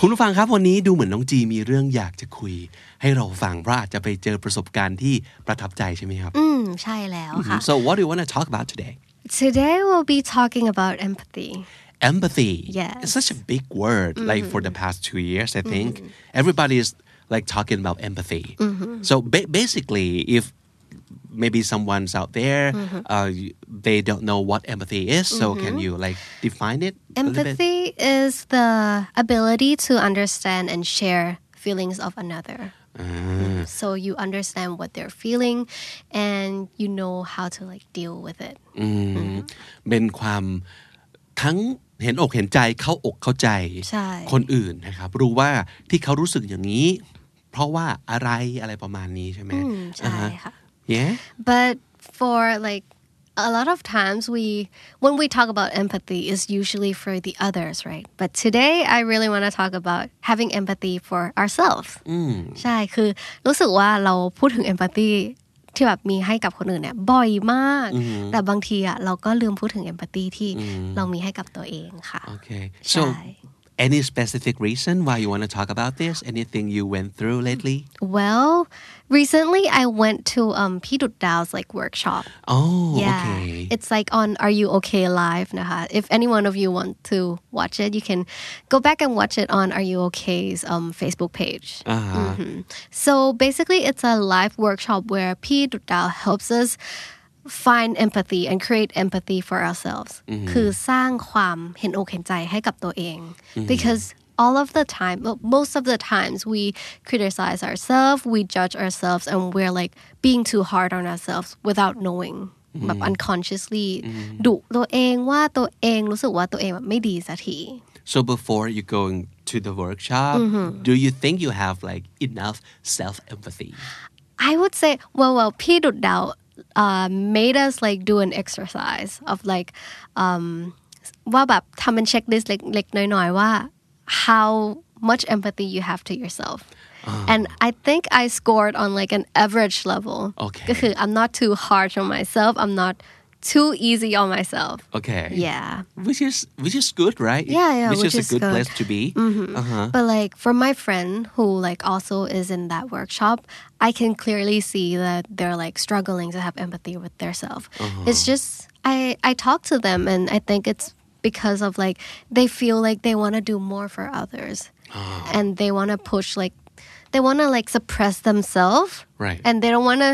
คุณผู้ฟังครับวันนี้ดูเหมือนน้องจีมีเรื่องอยากจะคุย ให้เราฟังเพราะอาจจะไปเจอประสบการณ์ที่ประทับใจใช่ไหมครับ Mm, ใช่แล้วค่ะ. so what do you want to talk about today Today we'll be talking about empathy. empathy Yes. it's such a big word like for the past two years i think everybody is like talking about empathy so ba- basically if maybe someone's out there uh, you- they don't know what empathy is so can you like define it a little bit? Empathy is the ability to understand and share feelings of another. Ah. So you understand what they're feeling and you know how to like deal with it. เป็นความทั้งเห็นอกเห็นใจเข้าอกเข้าใจ ใช่ คนอื่นนะครับ รู้ว่าที่เขารู้สึกอย่างนี้ เพราะว่าอะไรอะไรประมาณนี้ใช่ไหมอ่าฮะ Mm, ใช่ค่ะ. yeah But for like a lot of times we when we talk about empathy is usually for the others, right? But today I really want to talk about having empathy for ourselves. ใช่คือรู้สึกว่าเราพูดถึง empathy ที่แบบมีให้กับคนอื่นเนี่ยบ่อยมาก แต่บางทีอ่ะเราก็ลืมพูดถึง empathy ที่เรามีให้กับตัวเองค่ะ Okay. So, Shy. any specific reason why you want to talk about this? Anything you went through Hmm. lately? Well, recently I went to um, Pidut Dao's like workshop. Oh, Yeah, okay. it's like on Are You Okay Live นะคะ If any one of you want to watch it, you can go back and watch it on Are You OK's um, Facebook page. Uh-huh. Mm-hmm. So basically, it's a live workshop where P. Dao helps us find empathy and create empathy for ourselves. คือสร้างความเห็นอกเห็นใจให้กับตัวเอง because all of the time well, most of the times we criticize ourselves we judge ourselves and we're like being too hard on ourselves without knowing แบบ unconsciously ดุตัวเองว่าตัวเองรู้สึกว่าตัวเองแบบไม่ดีสักที So, before you going to the workshop, Mm-hmm. do you think you have like enough self empathy? I would say, well, well, P. Dudao uh, made us like do an exercise of like, um, ว่าแบบทำเป็น checklist เล็กๆน้อยๆว่า how much empathy you have to yourself and I think I scored on like an average level Okay. ก็คือ I'm not too harsh on myself I'm not too easy on myself Okay. yeah Which is which is good, right? Yeah, yeah, Which, which is, is a good, good. Mm-hmm. place to be. Uh-huh. But like for my friend who like also is in that workshop, I can clearly see that they're like struggling to have empathy with themselves. Uh-huh. It's just I I talk to them and I think it's because of like they feel like they want to do more for others Ah. and they want to push like they want to like suppress themselves Right. and they don't want to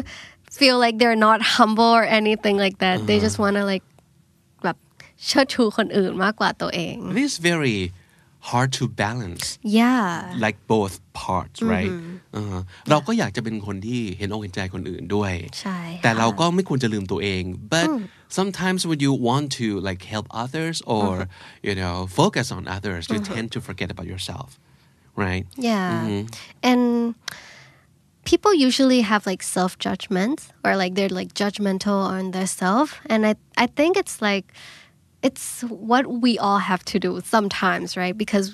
feel like they're not humble or anything like that. They Uh-huh. just want to like แบบเชิดชูคนอื่นมากกว่าตัวเอง This is very hard to balance. yeah Mm-hmm. like both parts right เออเราก็อยากจะเป็นคนที่เห็นอกเห็นใจคนอื่นด้วย ใช่ ค่ะแต่เราก็ไม่ควรจะลืมตัวเอง but Hmm. sometimes when you want to like help others or Hmm. you know focus on others you tend to forget about yourself right Yeah. And people usually have like self judgments or like they're like judgmental on themselves. And I, I think it's like, it's what we all have to do sometimes, right? Because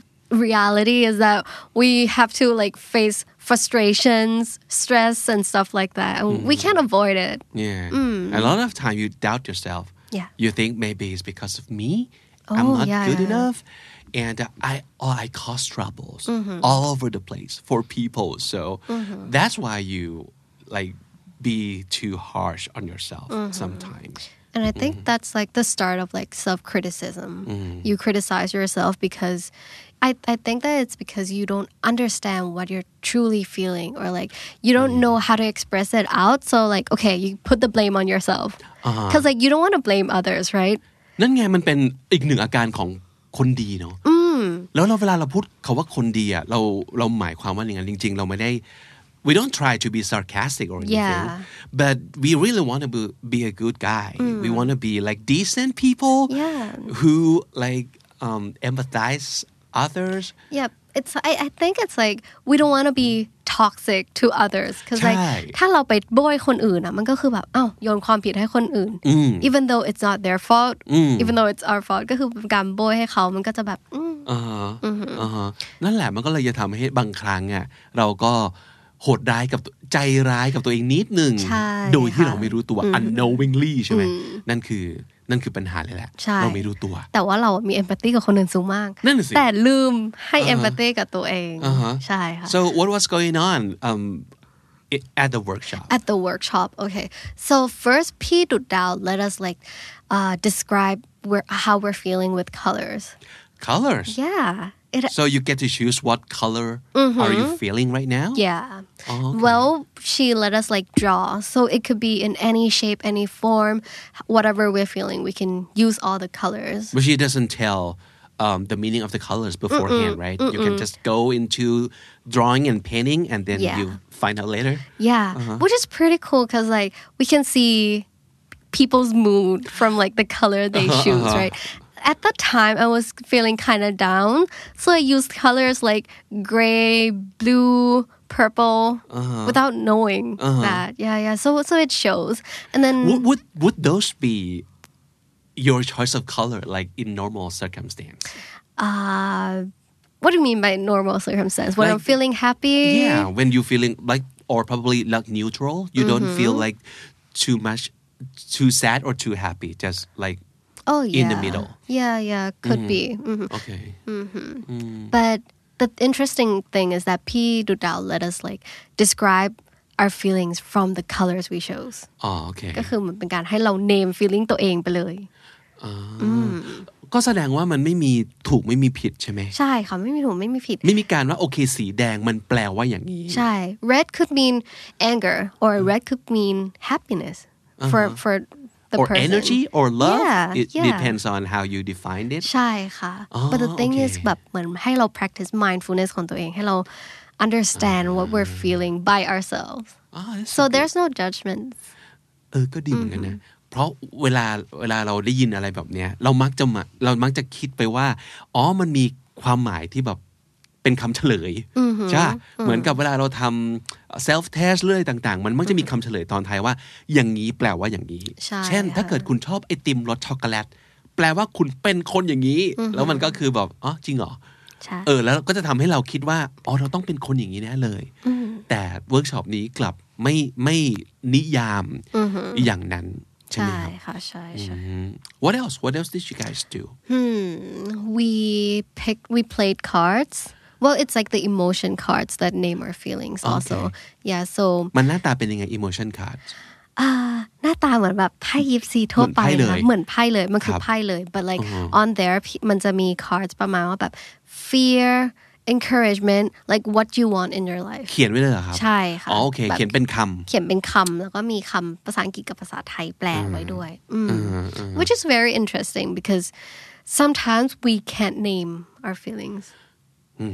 reality is that we have to like face frustrations, stress, and stuff like that. And we can't avoid it. yeah a lot of time you doubt yourself Hmm. Yeah. you think maybe it's because of me I'm Oh, not yeah, good yeah. enough and I oh, I cause troubles Mm-hmm. all over the place for people so that's why you like be too harsh on yourself Mm-hmm. sometimes And I think that's like the start of like self criticism. You criticize yourself because I, I think that it's because you don't understand what you're truly feeling or like you don't know how to express it out. So, like, okay, you put the blame on yourself. Because, like, you don't want to blame others, right? นั่นไงมันเป็นอีกหนึ่งอาการของคนดีเนาะแล้วเราเวลาเราพูดคาว่าคนดีอ่ะเราเราหมายความว่าอย่างนั้นจริง ๆ เราไม่ได้ we don't try to be sarcastic or anything Yeah. but we really want to be, be a good guy we want to be like decent people Yeah. who like um, empathize others Yep. It's, I, I think it's like we don't want to be toxic to others คือ ใช่ like ถ้าเราไปโบยคนอื่นอ่ะมันก็คือแบบอ้าวโยนความผิดให้คนอื่น even though it's not their fault even though it's our fault ก็คือเป็นการโบยให้เขามันก็จะแบบอืม อ่าฮะอ่าฮะนั่นแหละมันก็เลยจะทำให้บางครั้งอ่ะเราก็โหดร้ายกับตัวใจร้ายกับตัวเองนิดหนึ่ง ใช่ โดยที่ ค่ะ เราไม่รู้ตัว unknowingly ใช่ไหมนั่นคือนั่นคือปัญหาเลยแหละ ใช่ เราไม่รู้ตัว แต่ว่าเรามี empathy กับคนอื่นสูงมาก นั่นน่ะสิ แต่ลืมให้ empathy กับตัวเอง อ่าฮะ ใช่ค่ะ so what was going on um i- at the workshop at the workshop okay so first P Dudal let us like uh, describe where, how we're feeling with colors colors yeah it so you get to choose what color are you feeling right now Yeah. Well, she let us like draw. So it could be in any shape, any form, whatever we're feeling, we can use all the colors. but she doesn't tell um, the meaning of the colors beforehand, right? You can just go into drawing and painting, and then Yeah. you find out later. Yeah. Uh-huh. Which is pretty cool because like we can see people's mood from like the color they Uh-huh, choose, right? At the time, I was feeling kind of down. So I used colors like gray, blue, purple Uh-huh. without knowing that. Yeah, yeah. So so it shows. And then Would, would would those be your choice of color, like in normal circumstance? uh, what do you mean by normal circumstance? When I'm Like- feeling happy? Yeah, when you feeling like or probably like neutral, you Mm-hmm. don't feel like too much, too sad or too happy. Just like Oh, yeah. in the middle. Mm-hmm. Yeah, yeah, could be. Mhm. okay, But the interesting thing is that P. Dudal let us like describe our feelings from the colors we chose. oh okay. ก็คือเหมือนเป็นการให้เรา name feeling ตัวเองไปเลย ก็แสดงว่ามันไม่มีถูกไม่มีผิดใช่ไหม ใช่ค่ะ ไม่มีถูกไม่มีผิด ไม่มีการว่าโอเคสีแดงมันแปลว่าอย่างนี้ ใช่ red could mean anger or red could mean happiness for for the Uh-huh. or person energy or love Yeah, it yeah. depends on how you define it ใช่ค่ะ Ah, but the thing is โอเค แบบเหมือนให้เรา practice mindfulness ของตัวเองให้เรา understand what Ah. we're feeling by ourselves อ๋อ Ah, that's so good there's no judgment เออก็ดีเหมือนกันนะ เพราะเวลาเวลาเราได้ยินอะไรแบบเนี้ย เรามักจะมาเรามักจะคิดไปว่า อ๋อมันมีความหมายที่แบบเป็นคำเฉลยใช่ปะเหมือนกับเวลาเราทำ self test เรื่อยต่าง ๆ มันมักจะมีคำเฉลยตอนท้ายว่า อย่างนี้แปลว่าอย่างนี้ ใช่ เช่น ถ้า ค่ะ เกิดคุณชอบไอติมรสช็อกโกแลตแปลว่าคุณเป็นคนอย่างนี้ แล้วมันก็คือแบบอ๋อจริงเหรอ ใช่ เออแล้วก็จะทำให้เราคิดว่าอ๋อเราต้องเป็นคนอย่างนี้แน่เลย แต่เวิร์กช็อปนี้กลับไม่ไม่นิยามอย่างนั้นใช่ไหม ใช่ ครับ ค่ะ ใช่ใช่ อืม What else What else did you guys do we picked we played cards well it's like the emotion cards that name our feelings also yeah so มันหน้าตาเป็นยังไง emotion card อ่าหน้าตาเหมือนแบบไพ่ยิปซีทั่วไป เหมือนไพ่เลย นะเหมือนไพ่เลย มันคือ ครับ ไพ่เลย but like on there พี่มันจะมี cards ประมาณว่าแบบ fear encouragement like what you want in your life เขียนไว้เลยเหรอครับ ใช่ค่ะ อ๋อโอเค แบบ เขียนเป็นค เขียนเป็นคำแล้วก็มีคำภาษาอังกฤษกับภาษาไทยแปลไว้ด้วยอืม which is very interesting because sometimes we can't name our feelings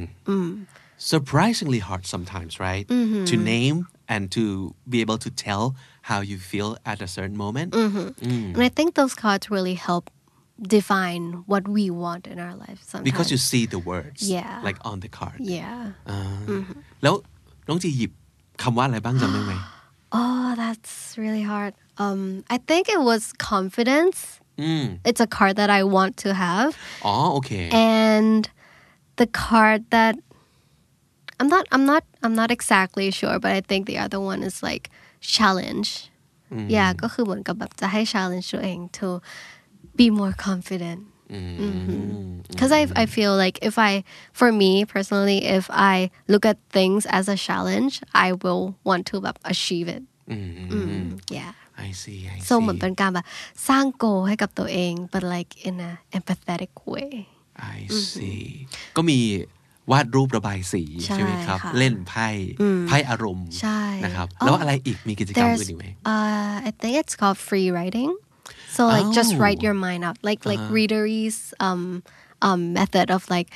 ำ surprisingly hard sometimes right to name and to be able to tell how you feel at a certain moment Mm. and I think those cards really help define what we want in our life sometimes because you see the words Yeah. like on the card yeah อ่าแล้วน้องจีหยิบคำว่าอะไรบ้างจำได้ไหม Oh, that's really hard. Um, I think it was confidence. อืม It's a card that I want to have, อ๋อโอเค and the card that I'm not, I'm not, I'm not exactly sure, but I think the other one is like challenge. Mm. Yeah, ก็คือเหมือนกับแบบจะให้ challenge ตัวเอง to be more confident. Mm. Because I I feel like if I for me personally if I look at things as a challenge I will want to แบบ achieve it อืม yeah I see Mm. I see so เหมือนเป็นการแบบสร้าง goal ให้กับตัวเอง but like in a empathetic way I see ก็มีวาดรูประบายสี ใช่ ใช่ไหมครับ ค่ะ เล่นไพ่ไพ่อารมณ์ ใช่ นะครับ อ๋อ แล้วอะไรอีกมีกิจกรรมอื่นอีกไหม uh, I think it's called free writing so like just Oh. Uh-huh. write your mind out like like readery's um um method of like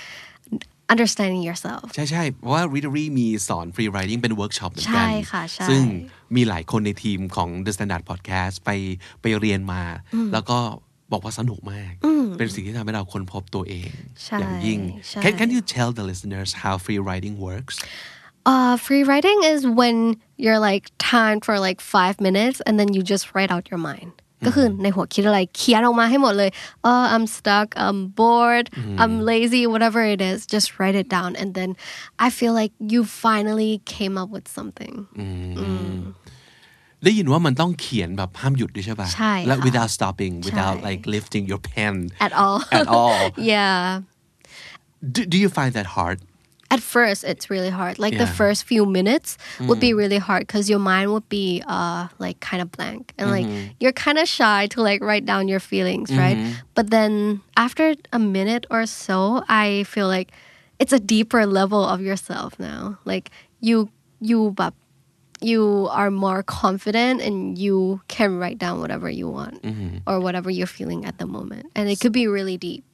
understanding yourself ใช่ใช่เพราะว่า Readery มีสอน Free Writing เป็นเวิร์กช็อปเหมือนกั ใช่ค่ะใช่ ซึ่งมีหลายคนในทีมของ The Standard Podcast ไปไปเรียนมา แล้วก็บอกว่าสนุกมาก เป็นสิ่งที่ทำให้เราค้นพบตัวเอง ใช่ อย่างยิ่ง ใช่ Can Can you tell the listeners how free writing works Uh, free writing is when you're like timed for like five minutes and then you just write out your mind. Mm-hmm. ก็คือในหัวคิดอะไรเขียนออกมาให้หมดเลย uh, I'm stuck I'm bored I'm Mm. lazy whatever it is just write it down and then I feel like you finally came up with something Mm. ได้ยินว่ามันต้องเขียนแบบห้ามหยุดด้วยใช่ป่ะ ใช่ และ ค่ะ without stopping without like lifting your pen at all at all yeah do, do you find that hard at first it's really hard like the Yeah. first few minutes would be really hard because your mind would be uh like kind of blank and like you're kind of shy to like write down your feelings right but then after a minute or so i feel like it's a deeper level of yourself now like you you but you are more confident and you can write down whatever you want or whatever you're feeling at the moment and it could be really deep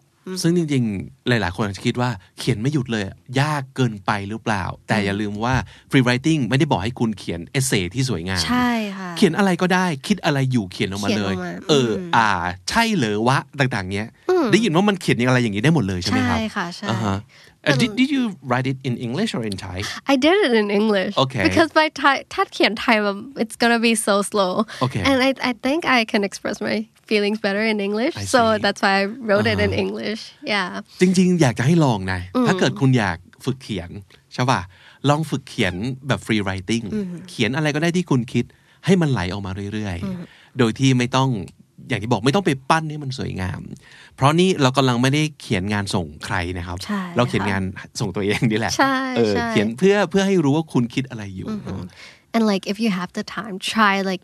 ซึ่งจริงๆ หลายๆ คนอาจจะคิดว่าเขียนไม่หยุดเลย ยากเกินไปหรือเปล่า แต่อย่าลืมว่า free writing ไม่ได้บอกให้คุณเขียนเอเซที่สวยงาม ใช่ค่ะ เขียนอะไรก็ได้คิดอะไรอยู่เขียนออกมาเลย เขียนออกมา เออ อ่า ใช่เหรอวะต่างๆเนี้ย ได้ยินว่ามันเขียนอย่างอะไรอย่างนี้ได้หมดเลยใช่ไหมครับ ใช่ค่ะใช่ อ่าฮะ Uh, did did you write it in English or in Thai I did it in English. Okay. Because my Thai, Thai can time, it's gonna be so slow. Okay. And I, I think I can express my feelings better in English. so see. Uh-huh. that's why I wrote it in English. Yeah. จริงๆ อยากจะให้ลองนะ ถ้าเกิดคุณอยากฝึกเขียนใช่ป่ะ ลองฝึกเขียนแบบ free writing เขียนอะไรก็ได้ที่คุณคิดให้มันไหลออกมาเรื่อยๆ โดยที่ไม่ต้องอย่างที่บอกไม่ต้องไปปั้นให้มันสวยงาม เพราะนี่เรากำลังไม่ได้เขียนงานส่งใครนะครับ ใช่ เราเขียนงานส่งตัวเองนี่แหละ ใช่ เออ ใช่ เขียนเพื่อเพื่อให้รู้ว่าคุณคิดอะไรอยู่เนอะ And like if you have the time, try like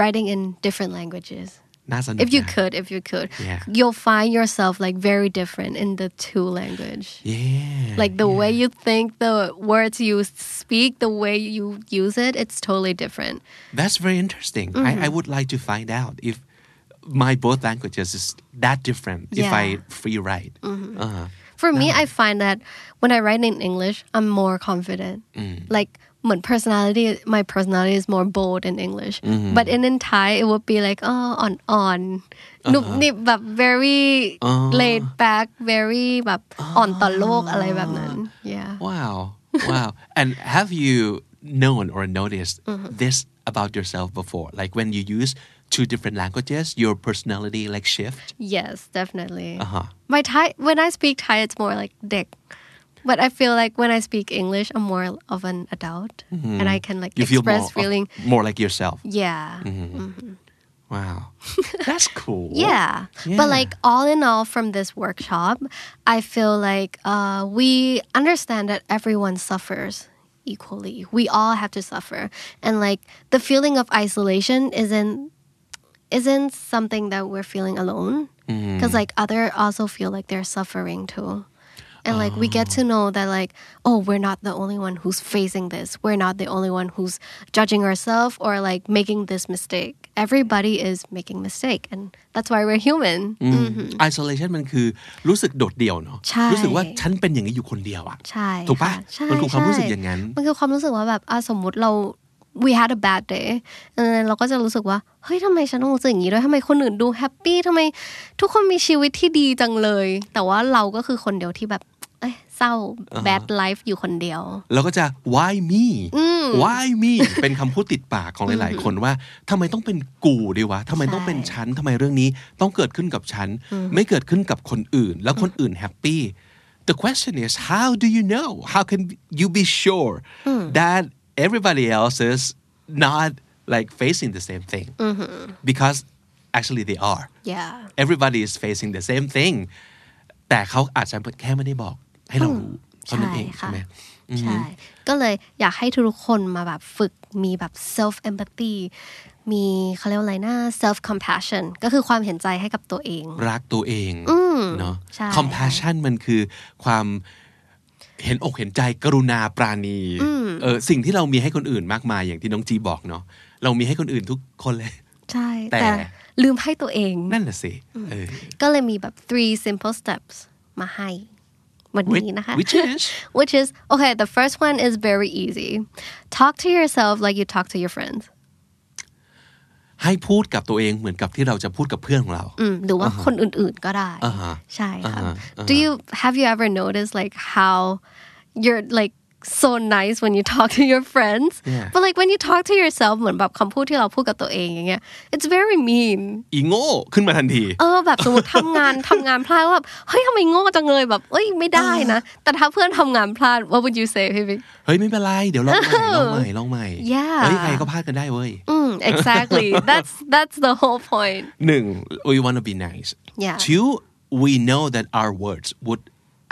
writing in different languages. น่าสนุก If you นะ could, if you could, Yeah. you'll find yourself like very different in the two language. yeah Like the way you think, the words you speak, the way you use it, it's totally different. That's very interesting. I, I Mm-hmm. would like to find out if my both languages is that different if Yeah. Mm-hmm. I free write. Uh-huh. For me, I find that when I write in English, I'm more confident. Mm. Like my personality, my personality is more bold in English. Mm-hmm. But in, in Thai, it would be like oh on on, Uh-huh. Nup nip, but very laid back, very but on the log, Ah. Yeah. Wow. Wow. and have you known or noticed Mm-hmm. this about yourself before? Like when you use two different languages, your personality like shift? Yes, definitely. Uh-huh. My Thai, when I speak Thai, it's more like dick. But I feel like when I speak English, I'm more of an adult, and I can like Mm-hmm. You feel more, express of- feeling. more like yourself. Yeah. Wow. That's cool. Yeah. Yeah. But like all in all from this workshop, I feel like uh, we understand that everyone suffers equally. We all have to suffer. And like the feeling of isolation isn't isn't something that we're feeling alone because like other also feel like they're suffering too and like we get to know that like oh we're not the only one who's facing this we're not the only one who's judging ourselves or like making this mistake everybody is making mistake and that's why we're human Mm. ไอโซเลชันมันคือรู้สึกโดดเดี่ยวเนาะ Mm-hmm. ใช่ รู้สึกว่าฉันเป็นอย่างนี้อยู่คนเดียวอะ ใช่ ถูกปะ ใช่ มันคือความ ใช่ รู้สึกอย่างนั้น มันคือความรู้สึกว่าแบบอ่ะสมมุติเรา we had a bad day and then เราก็จะรู้สึกว่า เฮ้ยทำไมฉันต้องรู้สึกอย่างนี้ด้วยทำไมคนอื่นดูแฮปปี้ทำไมทุกคนมีชีวิตที่ดีจังเลย แต่ว่าเราก็คือคนเดียวที่แบบ เอ้ยเศร้า bad life อยู่คนเดียว เราก็จะ why me why me เป็นคำพูดติดปากของหลาย ๆ คนว่าทำไมต้องเป็นกูดีวะทำไมต้องเป็นฉันทำไมเรื่องนี้ต้องเกิดขึ้นกับฉัน ไม่เกิดขึ้นกับคนอื่น แล้วคนอื่นแฮปปี้ The question is how do you know how can you be sure that everybody else is not like facing the same thing because actually they are yeah everybody is facing the same thing แต่เขาอาจจะแค่ไม่ได้บอกให้เรารู้เท่านั้นเองใช่ไหม ใช่ ก็เลยอยากให้ทุกๆคนมาแบบฝึกมีแบบ self empathy มีเขาเรียกว่าอะไรนะ self compassion ก็คือความเห็นใจให้กับตัวเอง รักตัวเองเนาะ ใช่ compassion มันคือความเห็นอกเห็นใจกรุณาปราณีเออสิ่งที่เรามีให้คนอื่นมากมายอย่างที่น้องจีบอกเนาะเรามีให้คนอื่นทุกคนเลย ใช่ แต่ แต่ลืมให้ตัวเอง นั่นแหละสิเออ ก็เลยมีแบบ three simple steps มาให้ วันนี้นะคะ which is which is okay the first one is very easy talk to yourself like you talk to your friends ให้พูดกับตัวเองเหมือนกับที่เราจะพูดกับเพื่อนของเรา อืมหรือว่าคนอื่นๆก็ได้ใช่ค่ะ Do you have you ever noticed like how you're like so nice when you talk to your friends Yeah. but like when you talk to yourself เหมือนแบบคำพูดที่เราพูดกับตัวเองอย่างเงี้ย it's very mean อีโง่ขึ้นมาทันที เออแบบสมมติทำงานทำงานพลาดแล้วแบบเฮ้ยทำไมโง่จังเลยแบบเอ้ยไม่ได้นะ แต่ถ้าเพื่อนทำงานพลาด what would you say พี่บิ๊ก เฮ้ยไม่เป็นไร เดี๋ยวลองใหม่ลองใหม่ลองใหม่ Yeah เฮ้ยใครก็พลาดกันได้เว้ย อืม exactly that's that's the whole point หนึ่ง we want to be nice Yeah. two we know that our words would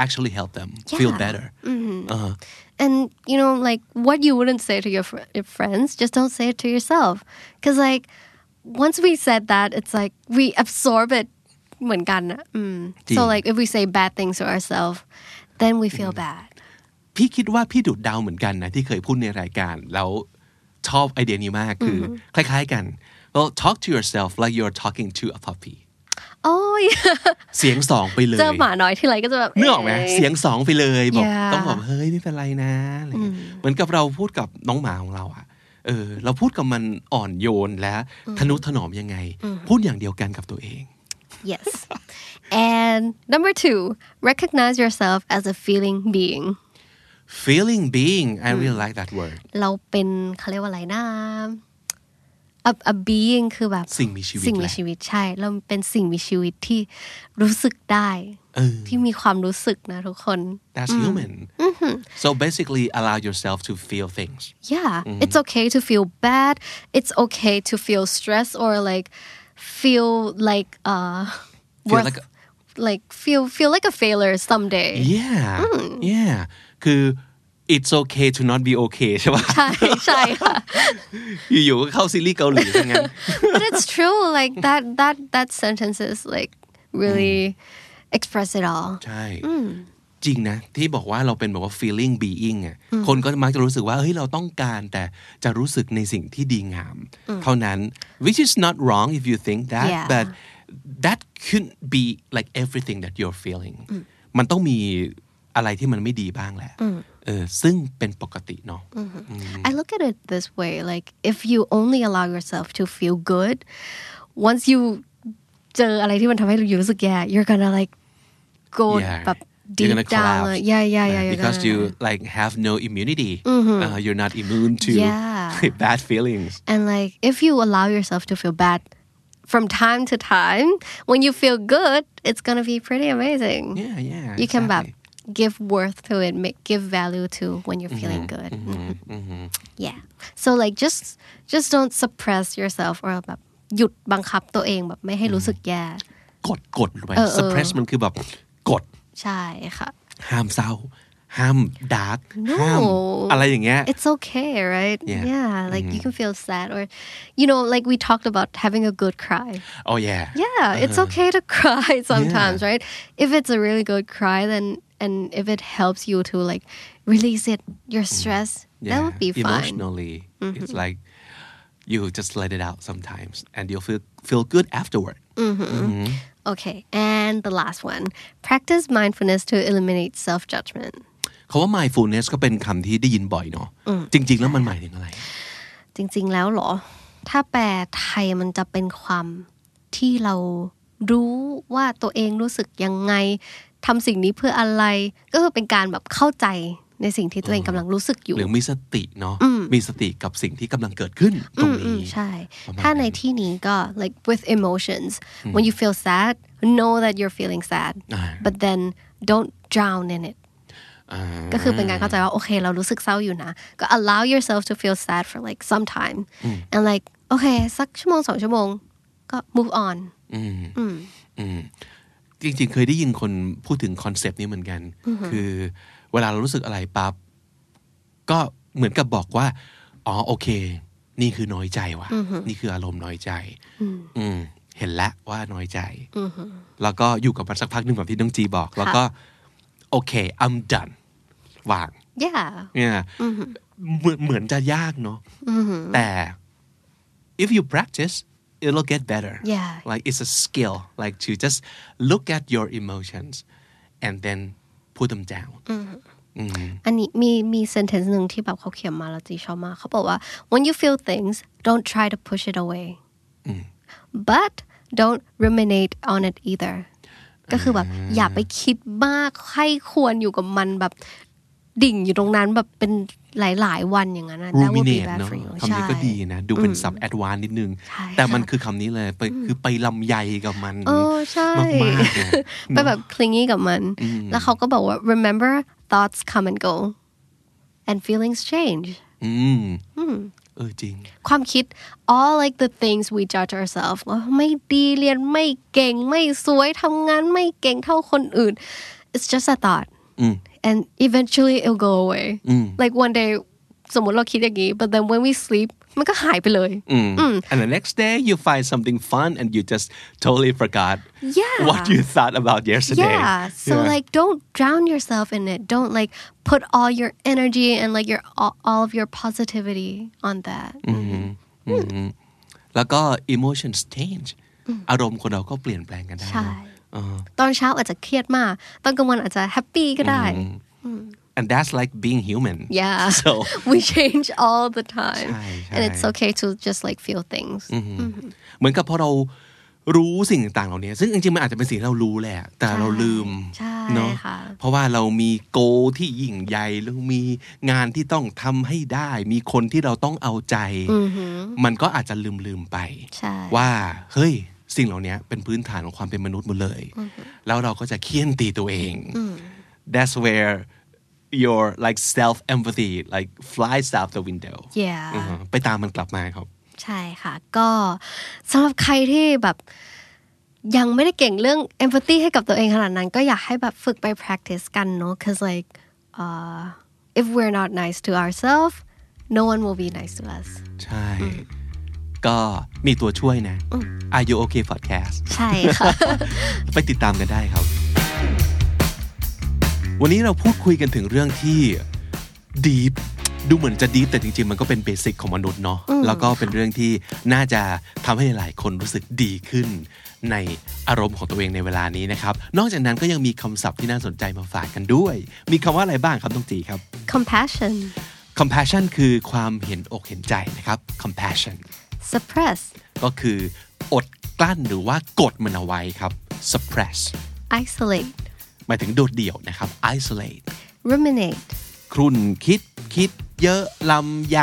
actually help them feel Yeah. better and you know like what you wouldn't say to your, fr- your friends just don't say it to yourself because like once we said that it's like we absorb it เหมือนกันอะอืม mm. so จริง like if we say bad things to ourselves then we feel bad พี่คิดว่าพี่ดูดดาวเหมือนกันนะ ที่เคยพูดในรายการ แล้วชอบไอเดียนี้มากคือ คล้ายๆกัน well talk to yourself like you're talking to a puppy โอ้ย เสียงสองไปเลย เจอหมาน้ อยที่ไรก็จะแบบ เนื้อออกไหมเสียงสองไปเลยบอก Yeah ต้องบอกเฮ้ยไม่เป็นไรนะอะไรเงี้ยเหมือนกับเราพูดกับน้องหมาของเราอะเออ เราพูดกับมันอ่อนโยนและทนุถนอมยังไง พูดอย่างเดียวกันกับตัวเอง yes and number two recognize yourself as a feeling being feeling being I really like that word เราเป็นเขาเรียกว่าอะไรนะ a a being คือแบบ สิ่งมีชีวิต สิ่งมี แหละ ชีวิตใช่ เราเป็นสิ่งมีชีวิตที่รู้สึกได้ เออ ที่มีความรู้สึกนะทุกคน that's human so basically allow yourself to feel things yeah it's okay to feel bad it's okay to feel stress or like feel like uh Feel worth- like a- like feel feel like a failure someday yeah yeah คือ it's okay to not be okay ใช่ป่ะ ใช่ ใช่ค่ะ อยู่ๆก็เข้าซีรีส์เกาหลีซะงั้น but it's true like that that that sentence is like really express it all ใช่ จริงนะ ที่บอกว่าเราเป็นแบบว่า feeling being อ่ะคนก็มักจะรู้สึกว่าเฮ้ยเราต้องการแต่จะรู้สึกในสิ่งที่ดีงาม เท่านั้น which is not wrong if you think that Yeah. but that could be like everything that you're feeling มันต้องมีอะไรที่มันไม่ดีบ้างแหละเออซึ่งเป็นปกติเนาะ I look at it this way like if you only allow yourself to feel good once you เจออะไรที่มันทำให้อยู่รู้สึกแย่ you're gonna like go แบบ you're deep gonna down collapse. like, yeah yeah yeah Right, you're because gonna- you like have no immunity uh, you're not immune to Yeah. bad feelings and like if you allow yourself to feel bad from time to time when you feel good it's gonna be pretty amazing yeah yeah you can แบบ exactly. Mm-hmm. give worth to it make give value to when you're feeling good yeah so like just just don't suppress yourself or แบบหยุดบังคับตัวเองแบบไม่ให้ Mm-hmm. รู้สึกแย่ กดกดไว้ suppress มันคือแบบกด ใช่ค่ะ ห้ามเศร้า ห้ามดาร์ก No ห้ามอะไรอย่างเงี้ย it's okay right Yeah. Mm-hmm. like you can feel sad or you know like we talked about having a good cry oh yeah yeah Uh-huh. it's okay to cry sometimes right if it's a really good cry then and if it helps you to like release it your stress that Mm-hmm. Yeah. would be fine emotionally it's like you just let it out sometimes and you'll feel feel good afterward Okay, and the last one practice mindfulness to eliminate self judgment. คาว่า mindfulness ก็เป็นคำที่ได้ยินบ่อยเนาะจริง ๆ แล้วมันหมายถึงอะไร จริงๆ แล้วเหรอ ถ้าแปลไทยมันจะเป็นความที่เรารู้ว่าตัวเองรู้สึกยังไงทำสิ่งนี้เพื่ออะไร ก็คือเป็นการแบบเข้าใจในสิ่งที่ตัวเองกำลังรู้สึกอยู่ หรือมีสติเนาะมีสติกับสิ่งที่กำลังเกิดขึ้นตรงนี้ ใช่ ถ้าในที่นี้ก็ like with emotions when you feel sad know that you're feeling sad อ่า but then don't drown in it อ่า ก็คือเป็นการเข้าใจว่า โอเค เรารู้สึกเศร้าอยู่นะ ก็ allow yourself to feel sad for like some time and like โอเค สักชั่วโมงสองชั่วโมง ก็ move on จริงๆ เคยได้ยินคนพูดถึงคอนเซปต์นี้เหมือนกัน คือเวลาเรารู้สึกอะไรปั๊บ ก็เหมือนกับบอกว่า อ๋อโอเค นี่คือน้อยใจว่ะ นี่คืออารมณ์น้อยใจ อืมเห็นแล้วว่าน้อยใจ แล้วก็อยู่กับมันสักพักหนึ่งแบบที่น้องจีบอก แล้วก็โอเค I'm done วาง yeah เนี่ยเหมือนเหมือนจะยากเนาะแต่ if you practice it'll get better Yeah. like it's a skill like to just look at your emotions and then put them down อันนี้มีมี sentence หนึ่งที่แบบเขาเขียนมาแล้วจีชอบมากเขาบอกว่า when you feel things don't try to push it away but don't ruminate on it either ก็คือแบบ อย่าไปคิดมากใครควรอยู่กับมันแบบ ดิ่งอยู่ตรงนั้นแบบเป็นหลาย ๆ วันอย่างนั้นนะ that would be ruminate bad เนาะ for you คำนี้ก็ดีนะ ดูเป็นศัพท์แอดวานซ์นิดนึง ใช่ แต่มัน ค่ะ คือคำนี้เลยไปคือไปลำใยกับมัน เออใช่ มากๆเนี่ย ไปแบบคลิง g ี่กับมัน แล้วเขาก็บอกว่า remember thoughts come and go and feelings change อืมเออจริง ความคิด all like the things we judge ourselves ว่าไม่ดีเรียนไม่เก่งไม่สวยทำงานไม่เก่งเท่าคนอื่น it's just a thought อืม and eventually it'll go away อืม like one day สมมติเราคิดอย่างนี้ but then when we sleep มันก็หายไปเลย อืม and the next day you find something fun and you just totally forgot yeah what you thought about yesterday Yeah. So Yeah. like don't drown yourself in it. Don't like put all your energy and like your all, all of your positivity on that. Mm-hmm. แล้วก็ emotions change อารมณ์คนเราก็เปลี่ยนแปลงกันได้เนอะ Mm. ใช่ เออ ตอนเช้าอาจจะเครียดมากตอนกลางวันอาจจะแฮปปี้ก็ได้ and that's like being human Yeah. Mm-hmm. so We change all the time. ใช่ใช่ And it's okay to just like feel things. Mm-hmm. เหมือนกับพอเรารู้สิ่งต่างๆเหล่านี้ซึ่งจริงๆมันอาจจะเป็นสิ่งที่เรารู้แหละ แต่เราลืม ใช่ เนาะ ค่ะ เพราะว่าเรามีโกที่ยิ่งใหญ่เรามีงานที่ต้องทำให้ได้ มีคนที่เราต้องเอาใจ มันก็อาจจะลืมๆไป ใช่ ว่าเฮ้ยสิ่งเหล่านี้เป็นพื้นฐานของความเป็นมนุษย์หมดเลย แล้วเราก็จะเคี่ยนตีตัวเอง that's where your like self empathy like flies out the window yeah อือฮึไปตามมันกลับมาครับ ใช่ค่ะ ก็สำหรับใครที่แบบยังไม่ได้เก่งเรื่อง empathy ให้กับตัวเองขนาดนั้น ก็อยากให้แบบฝึกไป practice กันเนอะ cause like uh, if we're not nice to ourselves no one will be nice to us ใช่ ก็มีตัวช่วยนะ Are you okay podcast ใช่ค่ะ ไปติดตามกันได้ครับ วันนี้เราพูดคุยกันถึงเรื่องที่ดีฟดูเหมือนจะดีฟแต่จริงๆ มันก็เป็นเบสิกของมนุษย์เนาะแล้วก็เป็นเรื่องที่น่าจะทำให้หลายๆคนรู้สึกดีขึ้น ในอารมณ์ของตัวเองในเวลานี้นะครับ นอกจากนั้นก็ยังมีคำศัพท์ที่น่าสนใจมาฝากกันด้วย มีคำว่าอะไรบ้างครับต้องจีครับ compassion compassion คือความเห็นอกเห็นใจนะครับ compassion suppress ก็คืออดกลั้นหรือว่ากดมันเอาไว้ครับ suppress isolate หมายถึงโดดเดี่ยวนะครับ isolate ruminate ครุ่นคิดคิดเยอะลำใย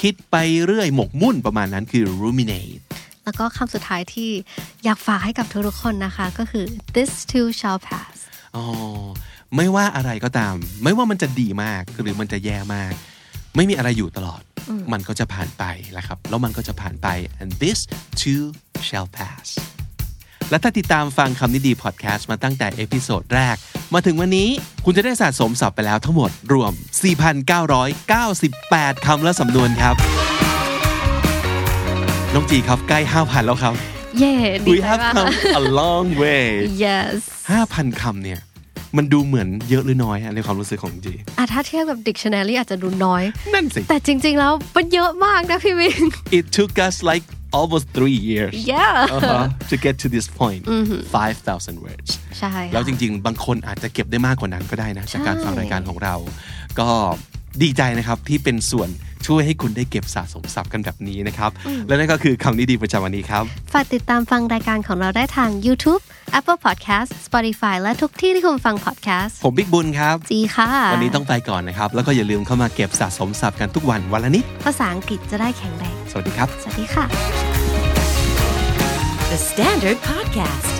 คิดไปเรื่อยหมกมุ่นประมาณนั้นคือ ruminate แล้วก็คำสุดท้ายที่อยากฝากให้กับทุกๆคนนะคะ ก็คือ this too shall pass อ๋อไม่ว่าอะไรก็ตาม ไม่ว่ามันจะดีมากหรือมันจะแย่มาก ไม่มีอะไรอยู่ตลอด มันก็จะผ่านไปนะครับ แล้วมันก็จะผ่านไป and this too shall pass และถ้าติดตามฟังคำนี้ดีพอดแคสต์มาตั้งแต่เอพิโซดแรก มาถึงวันนี้คุณจะได้สะสมศัพท์ไปแล้วทั้งหมดรวม 4,998 คำและสำนวนครับ น้องจีครับใกล้ 5,000 แล้วครับ เย้ดี We ใจ have มาก come a long way yes 5,000 คำเนี่ย มันดูเหมือนเยอะหรือน้อยฮะในความรู้สึกของจี อ่ะ ถ้าเทียบกับ dictionary อาจจะดูน้อย นั่นสิ แต่จริงๆ แล้วมันเยอะมากนะพี่วิง It took us like almost three years yeah uh-huh, to get to this point 5,000 words ใช่ค่ะ แล้วจริง ๆ บางคนอาจจะเก็บได้มากกว่านั้นก็ได้นะ จากการ ใช่ ฟังรายการของเรา ก็ดีใจนะครับที่เป็นส่วนช่วยให้คุณได้เก็บสะสมศัพท์กันแบบนี้นะครับ และนั่นก็คือคำนี้ดีประจำวันนี้ครับ ฝากติดตามฟังรายการของเราได้ทาง YouTube Apple Podcast Spotify และทุกที่ที่คุณฟัง podcast ผมบิ๊กบุญครับ จีค่ะ วันนี้ต้องไปก่อนนะครับ แล้วก็อย่าลืมเข้ามาเก็บสะสมศัพท์กันทุกวันวันละนิด ภาษาอังกฤษจะได้แข็งแรง สวัสดีครับ สวัสดีค่ะ The Standard Podcast,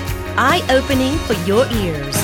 eye opening for your ears.